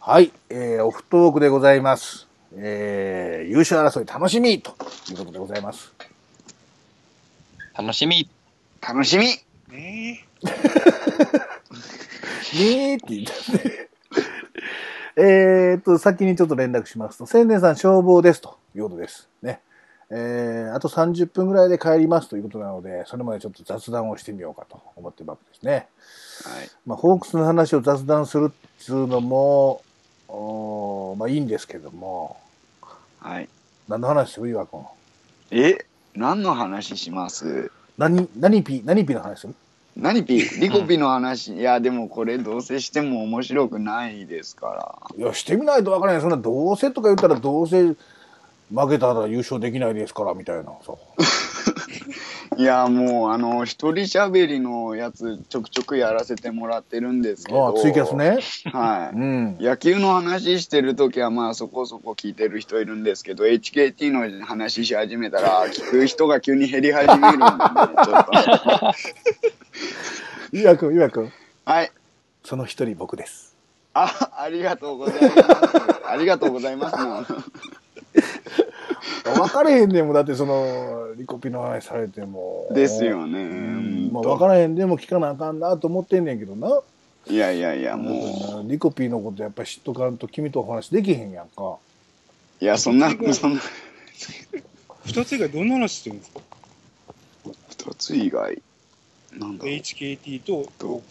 はい、えー、オフトークでございます。えー、優勝争い楽しみということでございます。楽しみ。楽しみねねーって言ったんで。 えーっと、先にちょっと連絡しますと、千年さん消防ですということです。ね。えー、あと30分ぐらいで帰りますということなので、それまでちょっと雑談をしてみようかと思ってるわけですね。はい。まあ、ホークスの話を雑談するっていうのも、おーまあいいんですけども、はい。何の話する岩君。え何の話します何、何ピ、何ピの話する何 ピリコピの話、いや、でもこれどうせしても面白くないですかいや、してみないとわからない。そんな、どうせとか言ったら、どうせ負けたら優勝できないですから、みたいな。そう。ら。いや、もう、あの、一人喋りのやつ、ちょくちょくやらせてもらってるんですけあど。あ、ツイキャス。ね。はうい。ん。野球の話してるときは、まあ、そこそこ聞いてる人いるんですけど、HKT の話し始めたら、聞く人が急に減り始めるんで、ね、ちょっと。いわくん、いわくん。はい。その一人僕です。あ、ありがとうございます。ありがとうございます。もう分かれへんでも、だってその、リコピの話されても。ですよね。うん。まあ、ほ分んかとらへんでも聞かなあかんなと思ってんねんけどな。いやいやいや、もうんリコピのことやっぱり知っとかんと君とお話できへんやんか。う、いや、そんな、そんな、二つ以外どんな話してるんですか一つ以外、なんだろう ?HKT とと、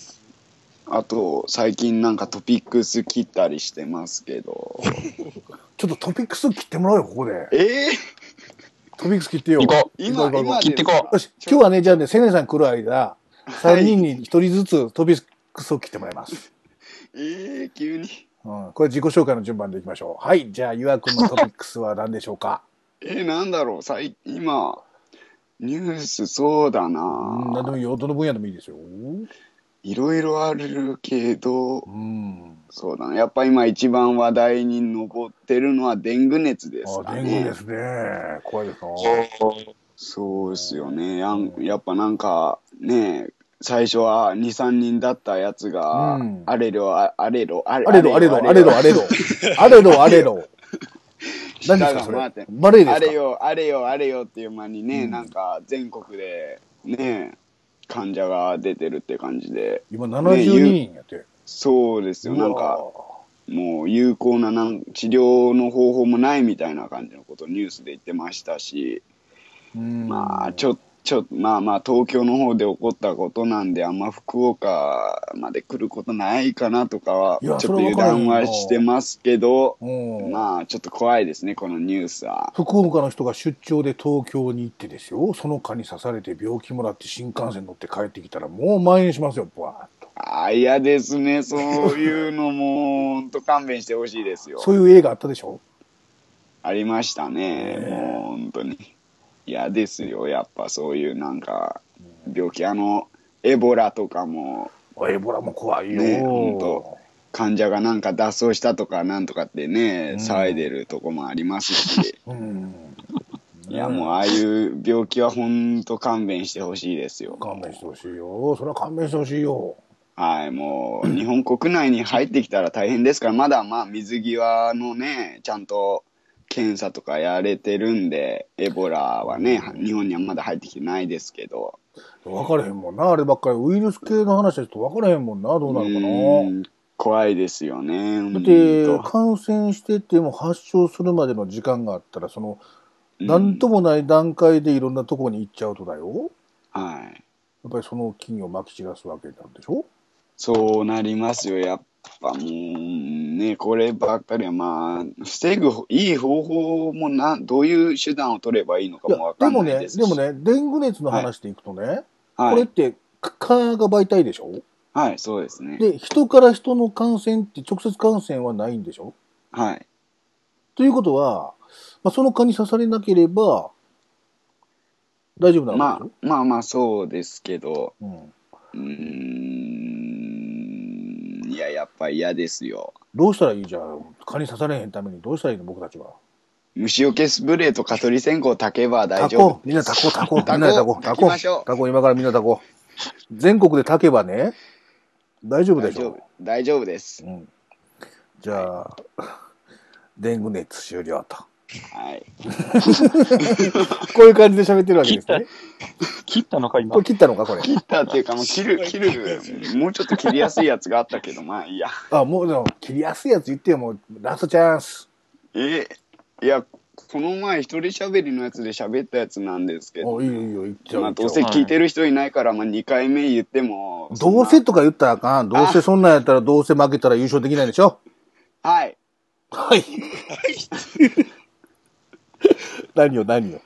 あと、最近なんかトピックス切ったりしてますけど。ちょっとトピックス切ってもらおうよ、ここで。えトピックス切ってよ。行こー、今、行こう行こう今切ってこよし、今日はね、じゃあね、セネさん来る間、3人に1人ずつトピックスを切ってもらいます。う。えー、急に。うん、これ自己紹介の順番でいきましょう。はい、じゃあ、ゆあくんのトピックスは何でしょう かえー、なんだろう、最、今、ニュース、そうだうん、な何でもいいよ。どの分野でもいいですよ。ういろいろあるけど、ん。そうだな。やっぱ今一番話題に上ってるのはデング熱ですあ、か伝ね。言ですね。怖いですな。そうですよね。やんやっぱなんかね、最初は2、3人だったやつが、うんあれろ、ああれろ、あれあれろ、あれろ、あれろ、あれろ。 あれろ、あれろ。何ですか、そ下が回ってれ。バレエであすれかよ、あれよ、あれよっていう間にね、うんなんか全国でね、患者が出てるって感じで、今72人やって。そうですよ、なんうかわもう有効ななん治療の方法もないみたいな感じのことニュースで言ってましたし、ー、うんまあ、ちょ、ちょ、まあまあ、東京の方で起こったことなんで、あんま福岡まで来ることないかなとかは、いちょやっとそれはわ油かるよ断はしてますけど、うん。まあ、ちょっと怖いですね、このニュースは。福岡の人が出張で東京に行ってですよ、その蚊に刺されて病気もらって新幹線乗って帰ってきたら、もう蔓延しますよ、ブワーッと。ああ、嫌ですね、そういうのも、ほんと勘弁してほしいですよ。そういう映画あったでしょありましたね、ねえもう本当に。嫌ですよ、やっぱそういうなんか、病気、あの、エボラとかも、エボラも怖いよ。ねほんと患者がなんか脱走したとかなんとかってうね、ん騒いでるとこもあります し、うん。いやもうああいう病気はほんと勘弁してほしいですよ。勘弁してほしいよ。それは勘弁してほしいよ。はい、もう日本国内に入ってきたら大変ですから、まだまあ水際のね、ちゃんと検査とかやれてるんで、エボラはね、日本にはまだ入ってきてないですけど、分かれへんもんな、あればっかり。ウイルス系の話はちょっと分からへんもんな、どうなるかうな。ん怖いですよね。だってほん、と感染してても発症するまでの時間があったら、その、なんともない段階でいろんなとこに行っちゃうとだよ。はい。やっぱりその菌をまき散らすわけなんでしょそうなりますよ、やっぱもうね、こればっかりは、まあ、防ぐいい方法もな、どういう手段を取ればいいのかいやもわかでんなもいねで、すしでも、ね、デング熱の話でいくとね、こはれっい、て蚊が媒体でしょはい、そうですね。で、人から人の感染って直接感染はないんでしょはい、ということは、まあ、その蚊に刺されなければ大丈夫なわまけでしあ、まあまあ、そうですけど、ょ、うん、うーん、いや、やっぱ嫌ですよ。どうしたらいいじゃん蚊に刺されへんためにどうしたらいいの僕たちは。虫除けスプレーと蚊取り線香を炊けば大タ丈夫コ。みんなタコタコみんタコなでタコタ炊きコましょうタコ今からみんなタコ全国で炊けばね大丈夫で大しょ丈夫、大丈夫です。うんじゃあ、デング熱終了と。はい。 こういう感じで喋ってるわけです切ね。切ったのか、今これ。切ったのか、これ。切ったっていうか、もう切 る、切る、もうちょっと切りやすいやつがあったけど、まあいいや。あ、もうでも、切りやすいやつ言ってよ、もう、ラストチャンス。え、いや、この前一人喋りのやつで喋ったやつなんですけど、おいいよ、いいよ、言っちゃう。まあどうせ言っちゃ聞いてる人いないから、まあ2回目言っても、うどうせそんとか言ったらあかん。どうせそんなんやったら、どうせ負けたら優勝できないでしょ。なはい。はい。 何よ、何よ。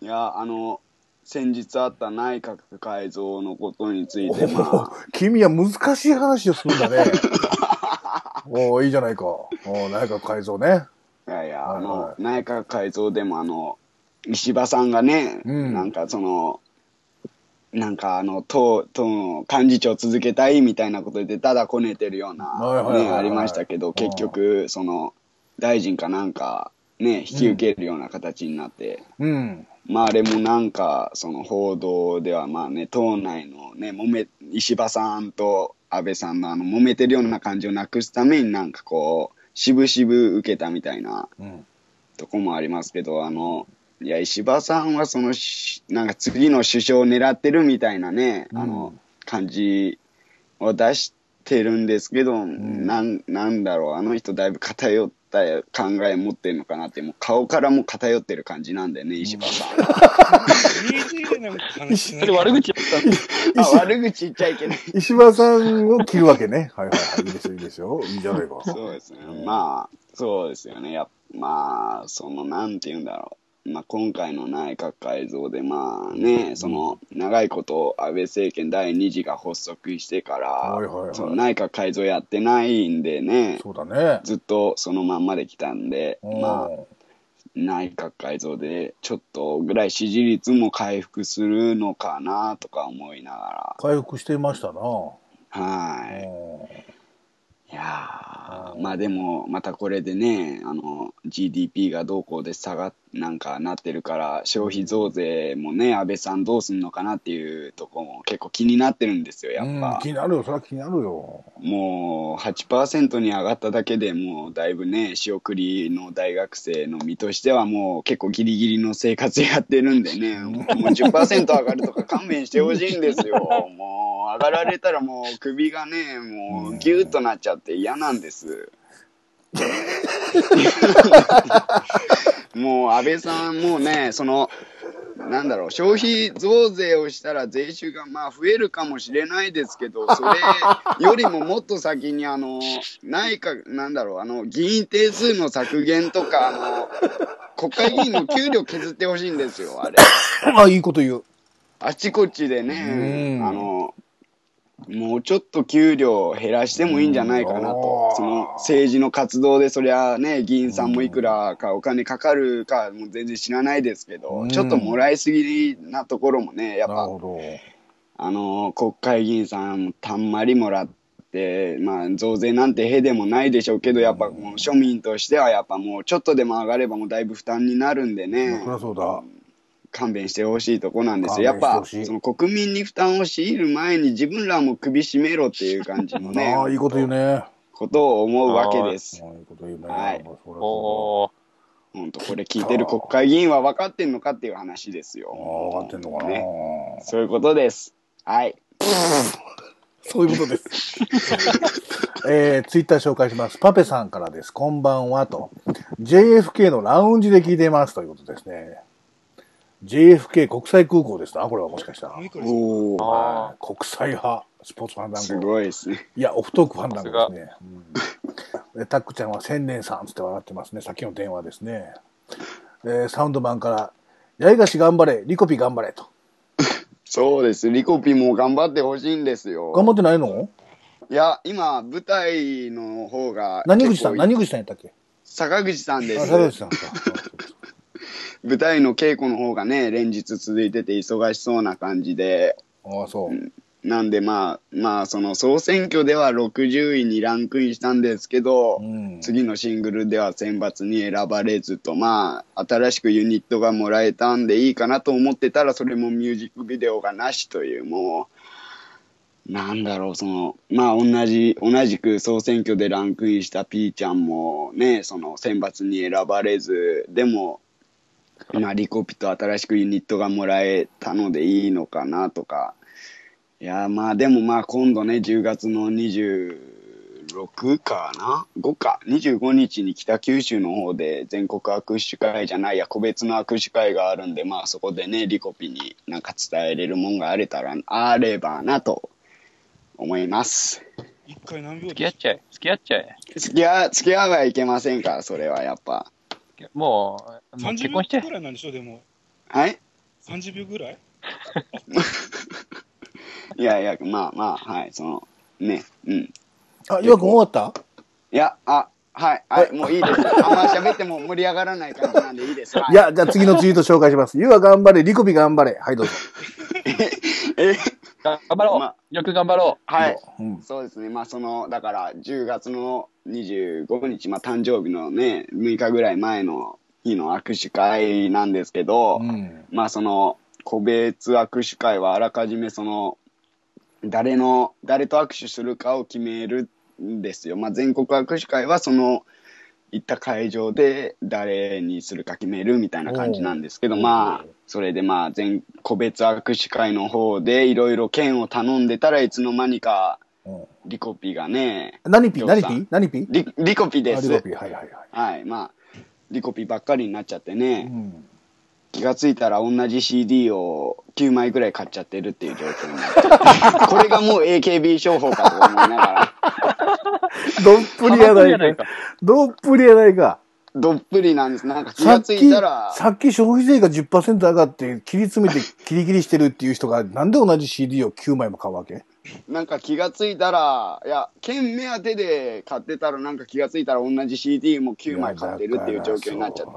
いや、あの、先日あった内閣改造のことについおて、まあ、ー君は難しい話をするんだね。 おーいいじゃないか。おー内閣改造ね。いやいや、はいあの、は内閣改造でもあの、石破さんがね、うんなんかその、なんかあの、党、党の幹事長続けたいみたいなことで、ただこねてるようはいな、はいはいはいね、ありましたけうんど、結局、その、大臣かなんか、ね、引き受けるような形になって、うん。まああれもなんか、その報道ではまあね、党内のね、揉め、石破さんと安倍さんのあの、揉めてるような感じをなくすためになんかこう、渋々受けたみたいな、うん。とこもありますけど、あの、いや、石破さんはそのし、なんか次の首相を狙ってるみたいなね、うんあの、感じを出してるんですけど、んなん、なんだろう、あの人だいぶ偏った考え持ってるのかなって、もう顔からも偏ってる感じなんだよね、石 破さん。 DJ なんか話しなそいれ悪口だったん ですあ、悪口言っちゃいけない。石破さんを切るわけね。 はいはいはい。いいですよ、いいですよ。いいじゃないか。 そうですね。まあ、そうですよね。やっまあ、その、なんて言うんだろう。まあ、今回の内閣改造で、まあね、その、長いこと、安倍政権第2次が発足してから、はいはいはいその内閣改造やってないんでね、そうだね。ずっとそのまんまできたんで、まあ、うん内閣改造で、ちょっとぐらい支持率も回復するのかな、とか思いなが回復していましたな。ら、はい。ういやーまあでも、またこれでね、あの、GDP がどうこうで下が、なんかなってるから、消費増税もね、安倍さんどうすんのかなっていうとこも結構気になってるんですよ、やんっうんぱ気。になるよ、それは気になるよ。もう、8%に上がっただけでもう、だいぶね、仕送りの大学生の身としてはもう、結構ギリギリの生活やってるんでね、もう10%上がるとか勘弁してほしいんですよ。もう、上がられたらもう、首がね、もう、ギューッとなっちゃって嫌なんです。もう安倍さんもね、その、なんだろう、消費増税をしたら税収がまあ増えるかもしれないですけど、それよりももっと先に、あの、内閣、なんだろう、あの、議員定数の削減とか、あの、国会議員の給料削ってほしいんですよ、あれ。あ、いいこと言う。あちこちでうね、んあの、もうちょっと給料を減らしてもいいんじゃないかなうとん、その政治の活動で、そりゃね、議員さんもいくらかお金かかるか、もう全然知らないですけうどん、ちょっともらいすぎなところもね、やっなるぱ、ほど。あの、国会議員さん、たんまりもらって、まあ、増税なんてへでもないでしょうけど、やっぱもう庶民としては、やっぱもうちょっとでも上がれば、もうだいぶ負担になるんでね。そりゃそうだ。勘弁してほしいとこなんですよ。や勘っぱ、弁してほそしいの国民に負担を強いる前に自分らも首絞めろっていう感じのね あ、あ、いいこと言うね。ことを思うわけです。ああいいこと言うね。はいまあそりゃそおー本当これ聞いてる国会議員は分かってんのかっていう話ですよ。うだ。ああ、分かってんのかな。ねそういうことです。はい。そういうことです。 えー、ツイッター紹介します。パペさんからです。こんばんはと。JFK のラウンジで聞いていますということですね。JFK 国際空港ですな、これはもしかしたら。何これおーはあい国際派、スポーツファンダンすゴ。ごいですね。いや、オフトークファンダンゴですね。うんでタックちゃんは千年さんつって笑ってますね。さっきの電話ですね。えーサウンドマンから、八重樫頑張れ、リコピ頑張れと。そうです。リコピも頑張ってほしいんです頑よ。張ってないのいや、今、舞台の方が。何口さん、結構何口さんやったっけ坂口さんであ、す。坂口さんか。舞台の稽古の方がね、連日続いてて忙しそうな感じで、ああ、そう。なんでまあ、まあ、その総選挙では60位にランクインしたんですけど、うん次のシングルでは選抜に選ばれずと、まあ、新しくユニットがもらえたんでいいかなと思ってたら、それもミュージックビデオがなしという、もう、なんだろう、その、まあ同じ、同じく総選挙でランクインした P ちゃんもね、その選抜に選ばれず、でも、まあリコピと新しくユニットがもらえたのでいいのかなとか、いや、まあでもまあ今度ね、10月の26かな ?5 か。25日に北九州の方で全国握手会じゃないや、個別の握手会があるんで、まあそこでね、リコピになんか伝えれるもんがあれたら、あればなと思います。一回何秒付き合っちゃえ。付き合っちゃえ。付き合、付き合はいけませんから、それはやっぱ。もう、もう30結秒婚して。ぐらいなんでしょ、でも。はい30秒ぐらいいやいや、まあまあ、はい、その、ね、うん。あ、岩君終わったいや、あ、はい、はい、もういいです。あんま喋っても盛り上がらない感じなんでいいです。はいや、じゃあ次のツイート紹介します。ゆは頑張れ、リコピ頑張れ。はい、どうぞ。え頑張ろう。まあよく頑張ろはい。うん。そうですね、まあその、だから10月の25日、まあ誕生日のね、6日ぐらい前の日の握手会なんですけど、うん。まあその、個別握手会はあらかじめその、誰の、誰と握手するかを決めるんですよ。まあ全国握手会はその、行った会場で誰にするか決めるみたいな感じなんですけど、おうまあ、それでまあ全、個別握手会の方でいろいろ券を頼んでたらいつの間にか、うんリコピがね、何ピようさん何ピ何ピリリコピであリコすピ。はいはいははい、まあ、リコピばっかりになっちゃってね、い。うん。気がついたら同じ CD を9枚ぐらい買っちゃってるっていう状況にな ってこれがもう AKB 商法かと思いながらどっぷう。りやハマってんじゃないか。。どっぷりやないか。どっぷりなんですなんか気さがっつき、いたらさっき消費税が10%上がって、切り詰めてキリキリしてるっていう人が、なんで同じ CD を9枚も買うわけなんか気がついたらいや券目当てで買ってたらなんか気がついたら同じ CD も9枚買ってるっていう状況になっちゃって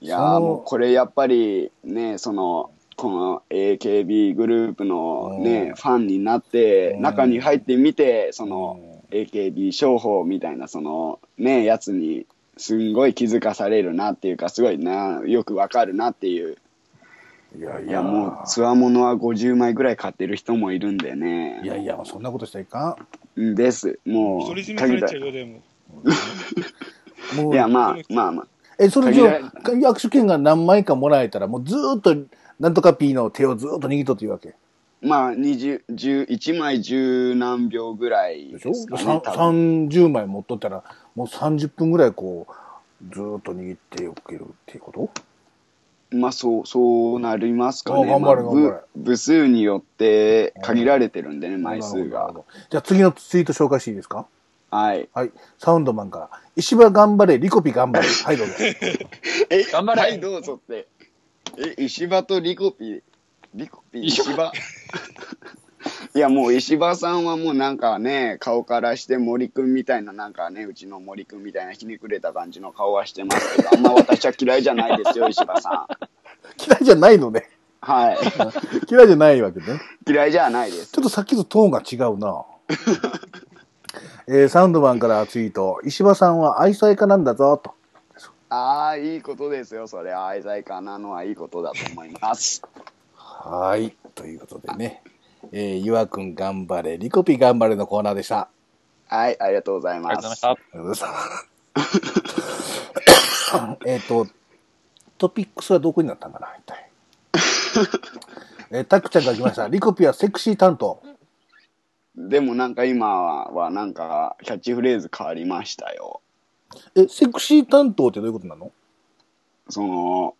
いやそのーもうこれやっぱりねそのこの AKB グループのうねんファンになってうん中に入ってみてそそのの AKB 商法みたいなそのねやつにすんごい気づかされるなっていうかすごいなよくわかるなっていういやいいや、やもうもつわものは50枚ぐらい買ってる人もいるんでねう。いやいや、そんなことしたらいかうんですも独りう占めされちゃいうよ、でも。ん。もう、やまあまあまあえ、それじゃあ限握手券が何枚かもらえたら、もうずーっと、なんとか P の手をずーっと握っとっていうわけ。まあ20 11枚十何秒ぐらいででしょ、すかさんね多分 ?30 枚持っとったら、もう30分ぐらいこう、ずーっと握っておけるっていうことまあそうそうなりますあかね頑張れまあ頑張れ部部数によって限られてるんでね枚数なるほどなるほがどじゃあ次のツイート紹介していいですかはいはい。サウンドマンから。石破頑張れ、リコピ頑張 れ。はい、どうぞ。え、頑張れはい、どうぞって。え、石破とリコピ、リコピ、石破。 いや、もう石破さんはもうなんかね、顔からして森くんみたいな、なんかね、うちの森くんみたいなひねくれた感じの顔はしてますけど、あんま私は嫌いじゃないですよ、石破さん。嫌いじゃないのね。 はい。嫌いじゃないわけね。嫌いじゃないです。ちょっとさっきとトーンが違う な。えーサウンドマンからツイート。石破さんは愛妻家なんだぞ、と。ああ、いいことですよ、それ。愛妻家なのはいいことだと思います。 はい。ということでね。えー、ゆわくん頑張れ、リコピ頑張れのコーナーでした。はい、ありがとうございありがとうございまますし。た。ありがとうございますえっと、トピックスはどこになったんかな、一体。えー、タクちゃんが来ました。リコピはセクシー担当。でもなんか今は、なんか、キャッチフレーズ変わりましたよ。え、セクシー担当ってどういうことなのその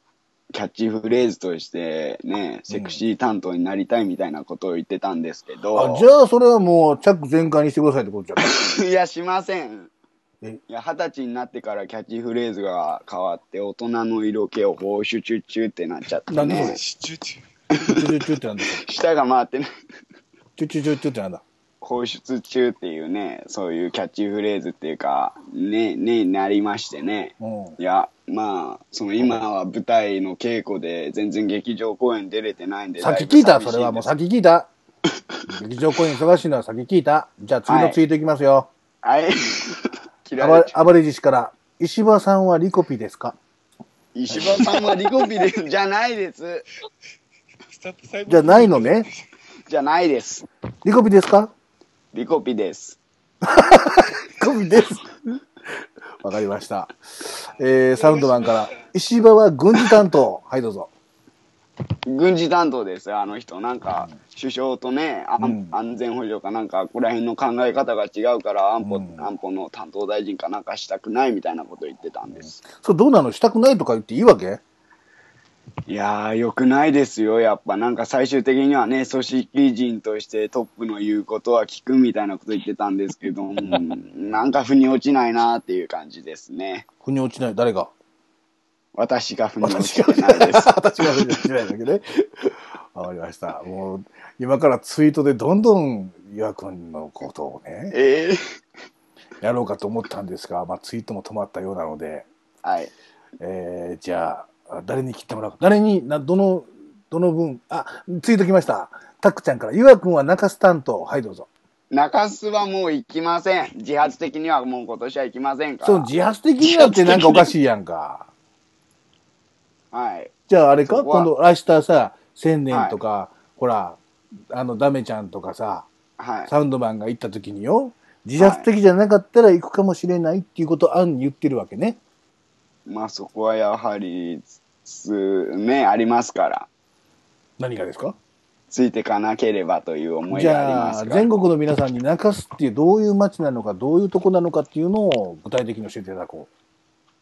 キャッチフレーズとしてね、セクシー担当になりたいみたいなことを言ってたんですけあど、じゃあ、それはもう、チャック全開にしてくださいってことじゃない いや、しません。えいや、二十歳になってからキャッチフレーズが変わって、大人の色気を放出中中ってなっちゃってなんでそねれ、シチューチューチュチュチュってなんだ舌が回ってね、チュチュチュチュってなんだ放出中っていうね、そういうキャッチフレーズっていうか、ね、ね、なりましてね。うん。いや、まあ、その今は舞台の稽古で全然劇場公演出れてないんで、さっき聞いだた、ぶ寂しんですそれはもうさっき聞いた。劇場公演忙しいのはさっき聞いた。じゃあ次のツイートいきますよ。はい。 嫌暴いれ暴れ獅子から。石破さんはリコピですか石破さんはリコピでじゃないです。スタッフ細胞じゃないのね。じゃないです。リコピですかリコピです。リコピです。 わかりました。えー、サウンドマンから、石破は軍事担当。はい、どうぞ。軍事担当ですよあの人なんか首相とね、あんうん安全保障かなんかここら辺の考え方が違うから安保,、うん安保の担当大臣かなんかしたくないみたいなこと言ってたんです、それどうなのしたくないとか言っていいわけいやーよくないですよやっぱなんか最終的にはね組織人としてトップの言うことは聞くみたいなこと言ってたんですけど、うんなんか腑に落ちないなーっていう感じですね腑に落ちない。誰が 私が腑に落ちてないです私が腑に落ちないだけね。わかりました。もう、今からツイートでどんどん岩君のことをね、えー、 やろうかと思ったんですが、まあ、ツイートも止まったようなので、はいえー、じゃあ、誰に切ってもらうか。誰に、な、どの、どの分、あ、ツイート来ました。タックちゃんから、ゆわくんは中洲担当。はい、どうぞ。中洲はもう行きません自発的にはもう今年は行きませんからそう、自発的になってなんかおかしいやんか。はいじゃあ、あれかそこは今度、明日さ、千年とか、ほら、あの、ダメちゃんとかさ、はいサウンドマンが行った時によ、自発的じゃなかったら行くかもしれないっていうことを暗に言ってるわけね。まあそこはやはりつねありますから何がですかついてかなければという思いじがありまゃあ、すから全国の皆さんに中洲っていうどういう街なのか、どういうとこなのかっていうのを具体的に教えていただこ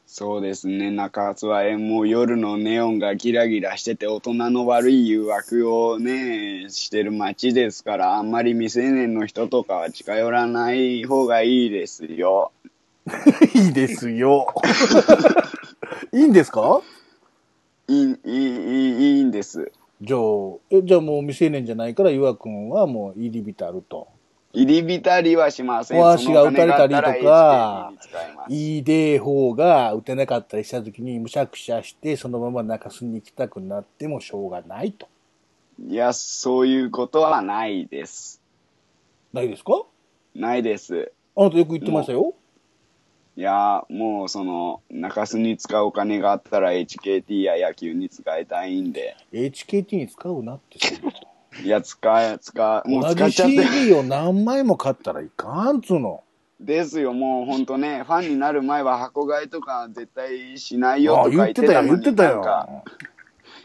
そうですね中津はもう夜のネオンがギラギラしてて大人の悪い誘惑をねしてる街ですからあんまり未成年の人とかは近寄らない方がいいですよ う。いいですよ。いいんですかいいいいいいいいんですじゃあ、えじゃあもう未成年じゃないから、ゆわくんはもう入り浸ると。入り浸りはしませんお足が打たれたりとかそのお金があったら HDD に使いますいいで方が打てなかったりした時にむしゃくしゃして、そのまま中洲に行きたくなってもしょうがないと。いやそういうことはないですないですかないですあなたよく言ってましたよ。いやーもうその中洲に使うお金があったら HKT や野球に使いたいんで HKT に使うなってそんないや使え使えもう使同っじちゃって CD を何枚も買ったらいかんっつうの。ですよもうほんとねファンになる前は箱買いとか絶対しないよあとあ、か言言っっててたたよ、の言にってたよなん。か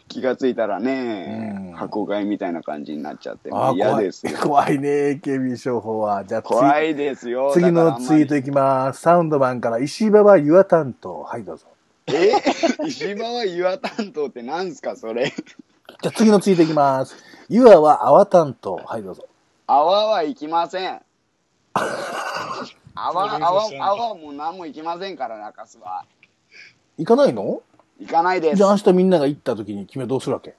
気がついたらね、うん箱買いみたいな感じになっちゃってあもあ、う嫌怖いですよ。怖いね、AKB 商法は。じゃあ次怖いですよ次だからのあんまツイりートいきます。サウンドマンから、石場は岩担当。はい、どうぞ。え 石場は岩担当ってなんすかそれじゃあ次のツイートいきます。ユアは泡担当。はい、どうぞ。泡は行きませ ん泡そういうことし泡たんだ泡はもう何も行きませんから中洲は行かないの行かないでじすゃあ明日みんなが行った時に君はどうするわけ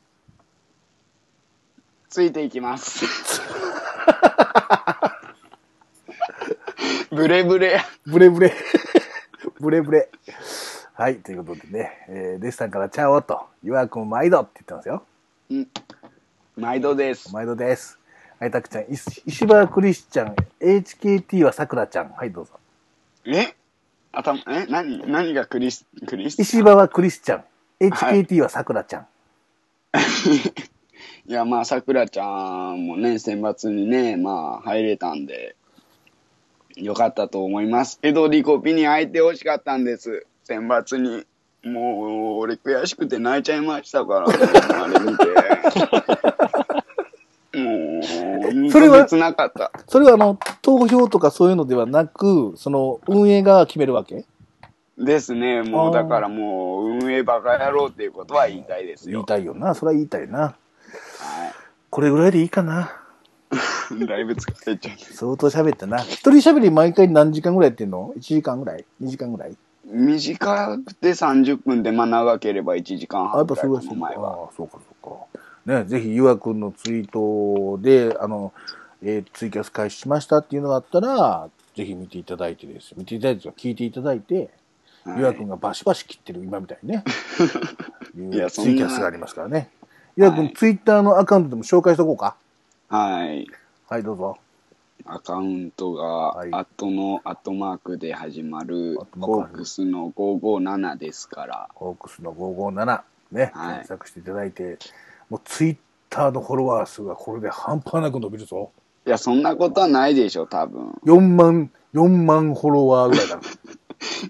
ついていきます ブレブレブレブ レ。ブレブレ。はい、ということでね、えー、弟子さんからチャオと、ユア君毎度って言ってますよ。毎度です毎度です。はい、たくちゃん、い石破クリスチャン、HKT はさくらちゃん。はい、どうぞ。え頭え何何がクリスクリス石破はクリスチャン、HKT はさくらちゃん。いやまあさくらちゃんもね選抜にねまあ入れたんでよかったと思いますけどリコピに入ってほしかったんです選抜にもう俺悔しくて泣いちゃいましたからもうあれ見てもうそれはつなかったそれはあの、投票とかそういうのではなく、その、運営が決めるわけですねもうあーだからもう運営バカ野郎っていうことは言いたいです言いよたいよな。それは言いたいな。はこれぐらいでいいかな。いだいぶ疲れちゃった相当喋ったな。一人喋り毎回何時間ぐらいやってんの ?1 時間ぐらい ?2 時間ぐらい短くて30分でまあ長ければ1時間あ、やっ半ぱぐそらいうかですもね。あ前はあ、そうかそうか。ね、ぜひ、ゆわくんのツイートで、あの、えーツイキャス開始しましたっていうのがあったら、ぜひ見ていただいてです。見ていただいてというか、聞いていただいて、はいゆわくんがバシバシ切ってる今みたい にね。いいうやツそんなイキャスがありますからね。ゆわくはん、いツイッターのアカウントでも紹介しとこうか。はい。はい、どうぞ。アカウントはがい、アットのアットマークで始まるアット、マークコークスの557ですから。ホークスの557、ね、はい検索していただいて、もうツイッターのフォロワー数がこれで半端なく伸びるぞ。いや、そんなことはないでしょ、多分。 4万、4万フォロワーぐらいだな。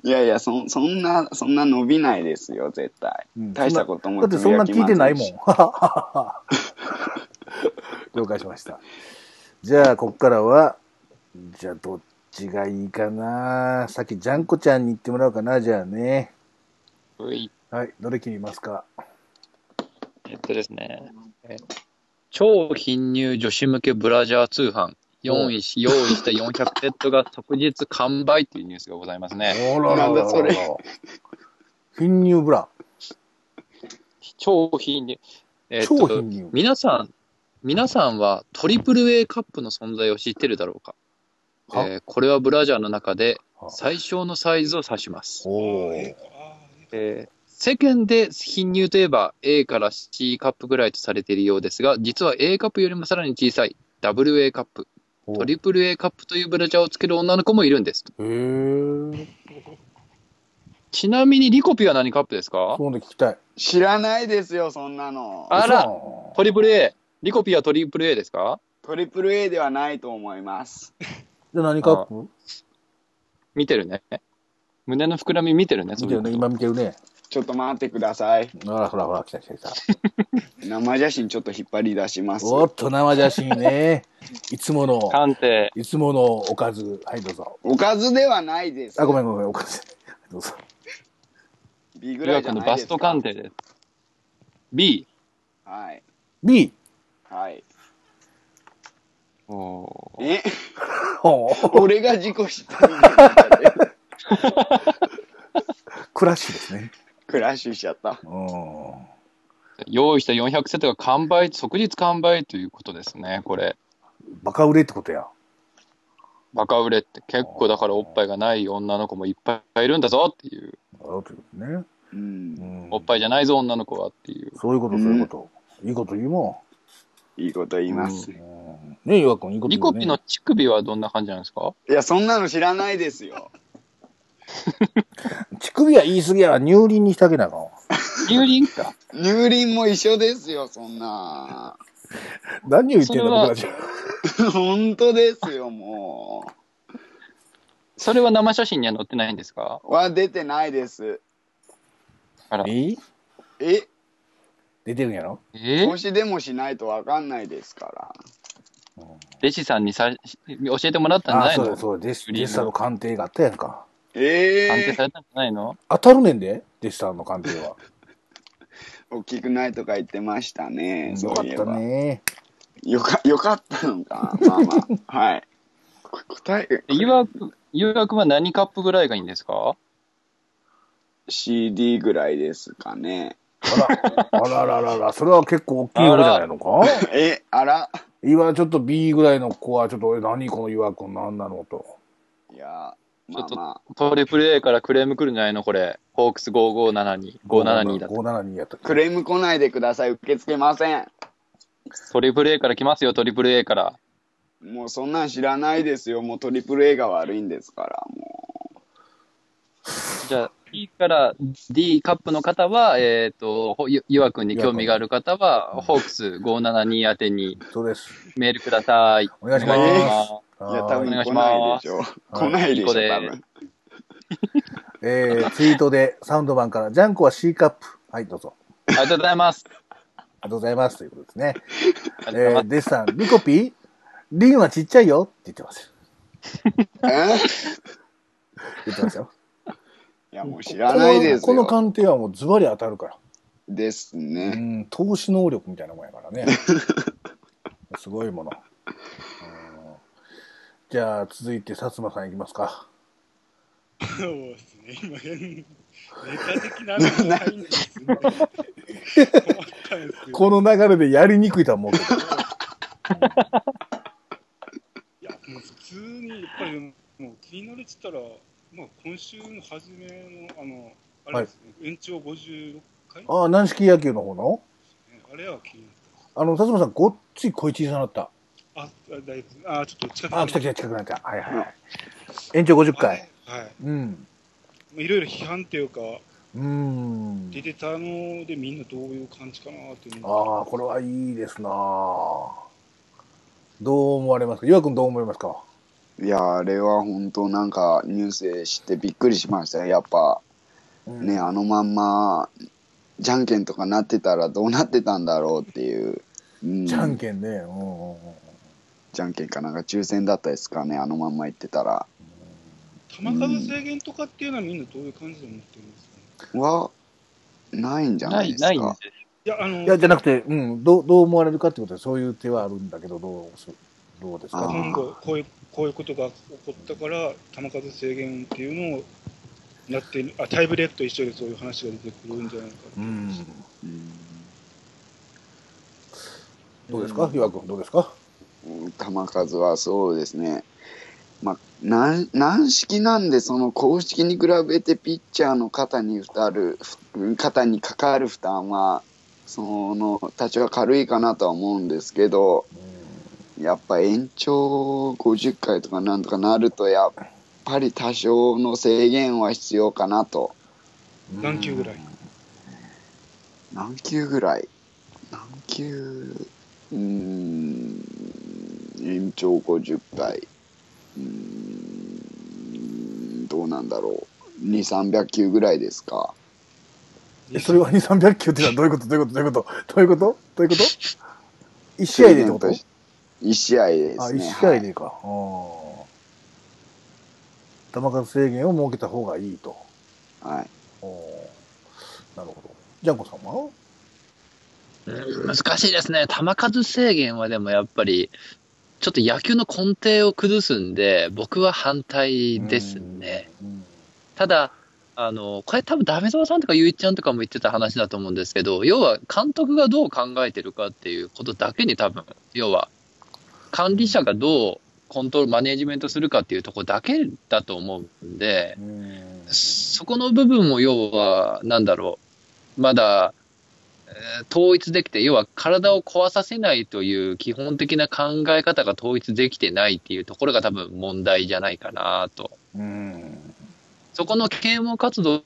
いやいや、そ、そんな、そんな伸びないですよ、絶対。うん 大したこともだってそんな聞いてないもつぶやきませしん。 了解しました。じゃあ、こっからは、じゃあ、どっちがいいかな。さっき、ジャンコちゃんに言ってもらおうかな、じゃあね。うい。はい、どれ切りますか。えっとですね。え超貧乳女子向けブラジャー通販。用意し、用意した400セットが即日完売っていうニュースがございますね。おららららなんだそれ貧乳ブラ。 超貧乳。えっ超と、貧乳。皆さん、皆さんはトリプル A カップの存在を知ってるだろうか。はえーこれはブラジャーの中では最小のサイズを指します。おあーえーえかあーええー世間で貧乳といえば A から C カップぐらいとされているようですが、実は A カップよりもさらに小さい WA カップ、おトー。へリプル A カップというブラジャーをつける女の子もいるんです。ー。ちなみにリコピは何カップですかそうね、聞きたい。知らないですよ、そんなの。あら嘘トリプル A。リコピはトリプル A ですかトリプル A ではないと思います。じゃあ何カップ見てるね。胸の膨らみ見てるね、そ見うているうね、こと今見てるね。ちょっと待ってください。あら、ほらほら、来た来た来た。生写真ちょっと引っ張り出します。おっと、生写真 ね。いつもの。鑑定。いつものおかず、はい、どうぞ。おかずではないです。あ、ごめんごめん、おかず。 どうぞ。 B ぐこらいはじゃこなのいバスですかト鑑定です。B。はい。 B。はい。おえほう俺が自己知ってるみたいになっちゃって。クラッシュですね。クラッシュしちゃった。うん。用意した400セットが完売、即日完売ということですね、これ。バカ売れってことや。バカ売れって結構だからおっぱいがない女の子もいっぱいいるんだぞっていう、あということね。う。うんん。おっぱいじゃないぞ女の子はっていう。そういうこと、そういうこと。いいこと言うもいいこと言います。ん。ういん、ねえ、岩君、いいことリ言うコね。ピの乳首はどんな感じなんですかや、そんなの知らないですよ。乳首は言い過ぎやわ、乳輪にしてあげなあかんわ。乳輪か。乳輪も一緒ですよ、そんな。何を言ってんだ、それ僕はたち。 本当ですよ、もそれは生写真には載ってないんですかう。は出てないです。あら。ええ出てるんやろえ投資でもしないとわかんないですから。弟子さんにさ教えてもらったんじあゃないそうのだ鑑そうだ、デスデスターの鑑定があったやんか。定えされたんじゃないの当たるねんで、デスターの鑑定は。ー、大きくないとか言ってましたね。よそかうっいえたば。ね。よか、よかったのか。まあまあ。 はい。こ答え、で誘惑、誘惑は何カップぐらいがいいんですか CD ぐらいですかね。あらららら、それは結構大きい方じゃないのかえ、あら。今ちょっと B ぐらいの子はちょっとえ何この岩君何なのといや、ちょまっあとまトリプル A からクレーム来るんじゃないのこれ。ホークス557に、572だって。 572やったあ。クレーム来ないでください。受け付けません。トリプル A から来ますよ、トリプル A から。もうそんなん知らないですよ。もうトリプル A が悪いんですから。もじゃあ、E から D カップの方は、えっ、と、ほゆゆわくんに興味がある方は、ホークス572宛てにそうですメールください。お願いしまおす願いしまう。いや、多は分いお願いし来ないまですしょ。は 来いないでいいしょ、多子で分。えー、ツイートでサウンド版からジャンコは C カップはいどうぞすありがとうございます。ありがとうございますということですね、ありえがとうございまー、デスさんリコピーリンはちっちゃいよって言ってますえ言ってますよいや、もう知らないですよ。このこの鑑定はもうズバリ当たるからですうね。ん投資能力みたいなもんやからねすごいものうんじゃあ続いて薩摩さんいきますかーそうですね。今、ネタ的なのがないんですね。困ったんです けど。この流れでやりにくいとは思うけどいや、もう普通に、やっぱり、もう気になるって言ったら、まあ、今週の初めの、あの、あれですね、延長56回ああ、軟式野球の方のねあれは気になった。あの、辰馬さん、ごっつい小一さなった。あ、あだいぶ、あ、ちょっと近くあ、来た来た、近くなった。はいはいはい。延長50回。はい。うん。いろいろ批判っていうか、うーん出。てたので、みんなどういう感じかなっていうのがああ、これはいいですなあどう思われますか岩君どう思いますかいや、あれは本当なんかニュースで知ってびっくりしましたよ。やっぱうんね、あのまんま、じゃんけんとかなってたらどうなってたんだろうっていう。うんじゃんけんね。うんうんうんじゃんけんかなんか抽選だったですかね、あのまんま言ってたら。球数制限とかっていうのはみんなどういう感じで思ってるんですかね。は、ないんじゃなないい、ですないんか。です。いや、あの、いや、じゃなくて、うん、どう、どう思われるかってことで、そういう手はあるんだけど、どうす、どうですあかー今後こういう、こういうことが起こったから、球数制限っていうのをやってるあ、タイブレークと一緒でそういう話が出てくるんじゃないかうと思いんます。。うんどうですか岩君、どうですか球数はそうですね、まあ、軟軟式なんで、その公式に比べてピッチャーの肩に負たるふ肩にかかる負担は、その立ちは軽いかなとは思うんですけど、やっぱ延長50回とかなんとかなると、やっぱり多少の制限は必要かなと、何球ぐらい何球ぐらい、何球、うーん、延長50回、うーん、どうなんだろう、2、300球ぐらいですか。えそれは2、300球ってのはどういうことどういうことどういうことどういうことどういうこと ?1 試合でってこと ?1 試合であ、す1ね。試合はいでか。うん。球数制限を設けた方がいいと。はいおーなるほど。ジャンコさんはうん難しいですね。球数制限はでもやっぱり、ちょっと野球の根底を崩すんで、僕は反対ですね。。うんただ、あの、これ多分ダメ沢さんとかゆいちゃんとかも言ってた話だと思うんですけど、要は監督がどう考えてるかっていうことだけに多分、要は管理者がどうコントロール、マネージメントするかっていうところだけだと思うんで、うんそこの部分も要は、なんだろう、まだ、えー統一できて、要は体を壊させないという基本的な考え方が統一できてないっていうところが多分問題じゃないかなと。うん。そこの啓蒙活動っ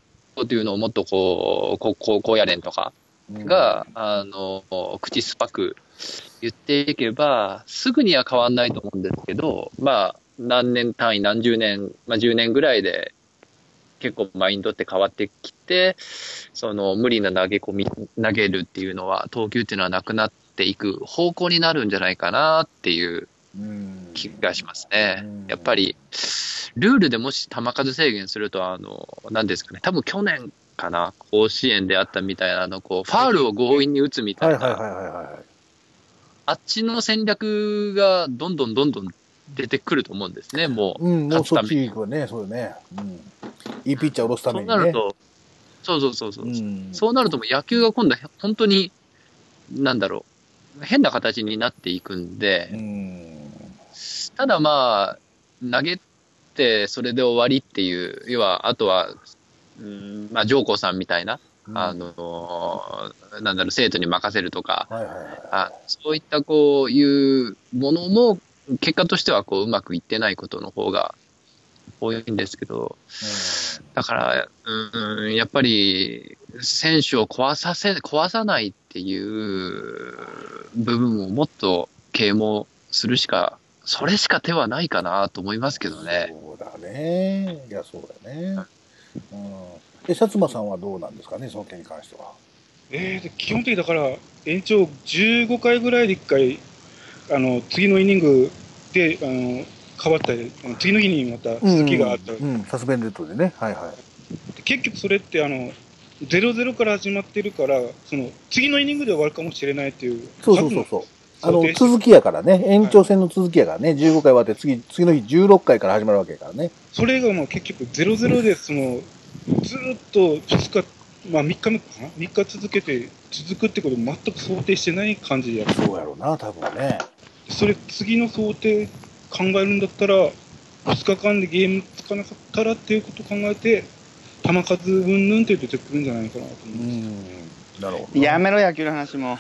ていうのをもっとこう、ここう高野連とかが、あの、口酸っぱく言っていけば、すぐには変わんないと思うんですけど、まあ、何年単位、何十年、まあ10年ぐらいで、結構マインドって変わってきて、その無理な投げ込み、投げるっていうのは、投球っていうのはなくなっていく方向になるんじゃないかなっていううん、気がしますね。やっぱり、ルールでもし球数制限すると、あの、何ですかね、多分去年かな、甲子園であったみたいな、あの、こう、ファールを強引に打つみたはいいな、はいはいはいはい。あっちの戦略がどんどんどんどん出てくると思うんですね、もう。うん、もう勝つそたっめち行くわね、そうよね。うん。いいピッチャーを下ろすたそめうになるね。と、そうそうそうそう。んそうなるともう野球が今度、本当に、なんだろう、変な形になっていくんで、うん。ただまあ、投げてそれで終わりっていう、要は、あとは、うんまあ、上皇さんみたいな、あの、なんだろう、生徒に任せるとか、はいはいはい。あそういったこういうものも、結果としてはこううまくいってないことの方が多いんですけど、だから、うん、やっぱり、選手を壊させ、壊さないっていう部分をもっと啓蒙するしか、それしか手はないかなと思いますけどね。そうだね。いや、そうだね。うん。え、薩摩さんはどうなんですかね、その件に関しては。えーと、基本的にだから、延長15回ぐらいで1回、あの次のイニングであの変わったり、あの次の日にまた続きがあったり、うん、サスペンデッドでね。はいはい。で結局それってあの、0-0から始まってるから、その次のイニングで終わるかもしれないっていう、そうそうそうそう。あ覚の悟、想定して続きやからね。延長戦の続きやからね。15回終わって、次、次の日16回から始まるわけやからね。それがもう結局0-0でその、ずーっと2日、まあ、3日目かな、3日続けて、続くってことを全く想定してない感じでやるそうやろうな、多分ね。それ次の想定考えるんだったら2日間でゲームつかなかったらっていうことを考えて球数うんぬんって出てくるんじゃないかなと思います。ん。なるほど。やめろ、野球の話も。